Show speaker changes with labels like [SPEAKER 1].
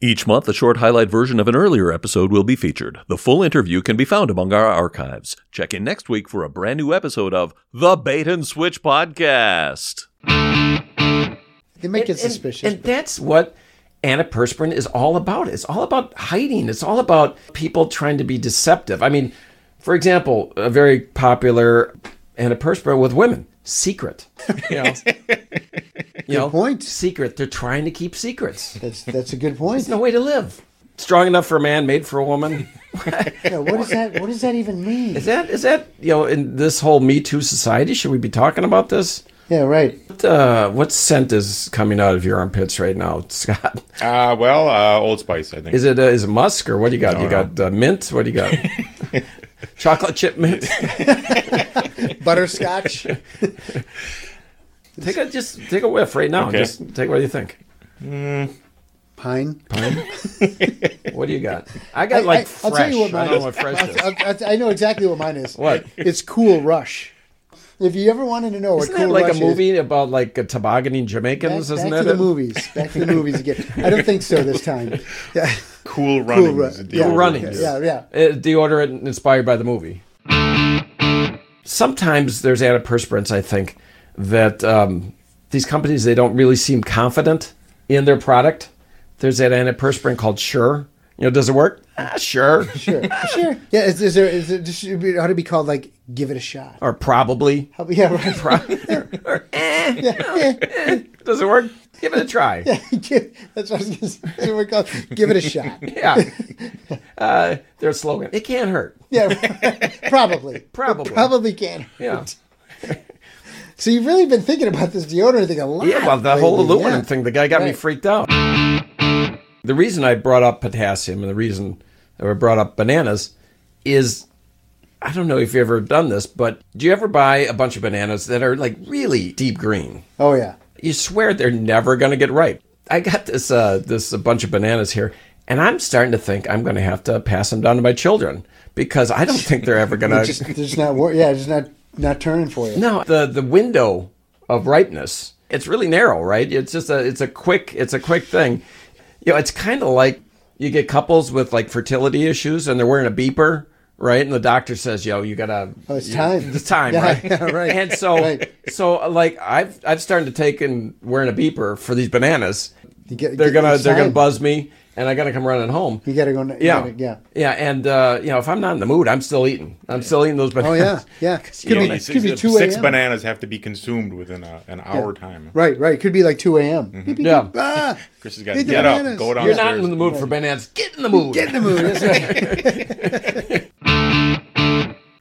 [SPEAKER 1] Each month, a short highlight version of an earlier episode will be featured. The full interview can be found among our archives. Check in next week for a brand new episode of The Bait and Switch Podcast.
[SPEAKER 2] They make it
[SPEAKER 3] And- and-
[SPEAKER 2] suspicious.
[SPEAKER 3] And, that's what antiperspirant is all about. It's all about hiding. It's all about people trying to be deceptive. I mean, for example, a very popular antiperspirant with women, secret. You know, you know
[SPEAKER 2] point.
[SPEAKER 3] Secret. They're trying to keep secrets.
[SPEAKER 2] that's that's a good point.
[SPEAKER 3] It's no way to live. Strong enough for a man, made for a woman.
[SPEAKER 2] Yeah, what does that What does that even mean?
[SPEAKER 3] Is that is that you know in this whole Me Too society? Should we be talking about this?
[SPEAKER 2] Yeah, right.
[SPEAKER 3] What, uh, what scent is coming out of your armpits right now, Scott?
[SPEAKER 4] Uh, well, uh, Old Spice, I think.
[SPEAKER 3] Is it uh, is it musk or what do you got? you got uh, mint? What do you got? Chocolate chip mint.
[SPEAKER 2] Butterscotch.
[SPEAKER 3] take a just take a whiff right now.
[SPEAKER 4] Okay.
[SPEAKER 3] Just take what you think.
[SPEAKER 2] Pine.
[SPEAKER 3] What do you got? I got like fresh.
[SPEAKER 2] will tell you what
[SPEAKER 3] I
[SPEAKER 2] mine
[SPEAKER 3] don't
[SPEAKER 2] is.
[SPEAKER 3] know what fresh is.
[SPEAKER 2] I'll- I'll- I know exactly what mine is.
[SPEAKER 3] What?
[SPEAKER 2] It's Cool Rush. If you ever wanted to know
[SPEAKER 3] Isn't
[SPEAKER 2] what Cool
[SPEAKER 3] that like
[SPEAKER 2] Rush
[SPEAKER 3] a
[SPEAKER 2] is,
[SPEAKER 3] movie about like a tobogganing
[SPEAKER 2] Back,
[SPEAKER 3] Jamaicans?
[SPEAKER 2] back
[SPEAKER 3] isn't
[SPEAKER 2] to
[SPEAKER 3] that
[SPEAKER 2] the
[SPEAKER 3] it?
[SPEAKER 2] movies. Back to the movies again. I don't think so this time. Yeah.
[SPEAKER 4] cool
[SPEAKER 2] Cool
[SPEAKER 4] running.
[SPEAKER 2] Ru-
[SPEAKER 4] is the
[SPEAKER 2] yeah,
[SPEAKER 4] old-
[SPEAKER 3] Running.
[SPEAKER 2] Yeah, yeah.
[SPEAKER 3] Uh, deodorant inspired by the movie. Sometimes there's antiperspirants, I think, that um, these companies, they don't really seem confident in their product. There's that antiperspirant called Sure. You know, does it work? Ah, sure.
[SPEAKER 2] Sure, sure. Yeah, is, is there? Is it just it ought to be called like "Give It a Shot"?
[SPEAKER 3] Or probably.
[SPEAKER 2] Yeah, right.
[SPEAKER 3] or eh, Does it work? Give it a try. Yeah.
[SPEAKER 2] Give- That's what I was going to say. We're called "Give It a Shot."
[SPEAKER 3] Uh, their slogan, it can't hurt.
[SPEAKER 2] Yeah, probably.
[SPEAKER 3] Probably.
[SPEAKER 2] Probably can.
[SPEAKER 3] Yeah.
[SPEAKER 2] So you've really been thinking about this deodorant thing a lot.
[SPEAKER 3] Yeah, well, the whole
[SPEAKER 2] lately,
[SPEAKER 3] aluminum
[SPEAKER 2] yeah.
[SPEAKER 3] thing, the guy got me
[SPEAKER 2] Right.
[SPEAKER 3] freaked out. The reason I brought up potassium and the reason that I brought up bananas is I don't know if you've ever done this, but do you ever buy a bunch of bananas that are like really deep green?
[SPEAKER 2] Oh yeah.
[SPEAKER 3] You swear they're never going to get ripe. I got this uh, this a bunch of bananas here, and I'm starting to think I'm going to have to pass them down to my children because I don't think they're ever going to.
[SPEAKER 2] Just, there's not. wor- Yeah, it's not not turning for you.
[SPEAKER 3] Uh, No, the the window of ripeness. It's really narrow, right? It's just a it's a quick it's a quick thing. You know, it's kind of like you get couples with like fertility issues and they're wearing a beeper, right? And the doctor says, "Yo, you gotta
[SPEAKER 2] Oh, it's
[SPEAKER 3] you-
[SPEAKER 2] time.
[SPEAKER 3] It's time,
[SPEAKER 2] Yeah,
[SPEAKER 3] right?
[SPEAKER 2] yeah, right.
[SPEAKER 3] And so
[SPEAKER 2] Right.
[SPEAKER 3] so like I've I've started to take and wearing a beeper for these bananas.
[SPEAKER 2] You get-
[SPEAKER 3] they're
[SPEAKER 2] get-
[SPEAKER 3] gonna
[SPEAKER 2] it's
[SPEAKER 3] they're gonna
[SPEAKER 2] time.
[SPEAKER 3] buzz me, and I gotta come running home.
[SPEAKER 2] You gotta go.
[SPEAKER 3] yeah,
[SPEAKER 2] Yeah, yeah.
[SPEAKER 3] yeah, and uh, you know if I'm not in the mood, I'm still eating. I'm still eating those
[SPEAKER 2] Oh
[SPEAKER 3] bananas.
[SPEAKER 2] yeah, yeah. Could
[SPEAKER 4] You know,
[SPEAKER 2] be,
[SPEAKER 4] it's-
[SPEAKER 2] could be
[SPEAKER 4] it's-
[SPEAKER 2] two
[SPEAKER 4] six
[SPEAKER 2] a.m.
[SPEAKER 4] bananas have to be consumed within a, an hour time.
[SPEAKER 2] Right, right. Could be like two a.m.
[SPEAKER 3] Mm-hmm.
[SPEAKER 2] Beep, beep,
[SPEAKER 3] Yeah.
[SPEAKER 2] beep. Ah,
[SPEAKER 4] Chris has got
[SPEAKER 2] Eat
[SPEAKER 4] to
[SPEAKER 2] the
[SPEAKER 4] get up,
[SPEAKER 2] bananas.
[SPEAKER 4] go
[SPEAKER 3] You're
[SPEAKER 4] downstairs.
[SPEAKER 3] not in the mood for bananas. Get in the mood.
[SPEAKER 2] get in the mood. That's right.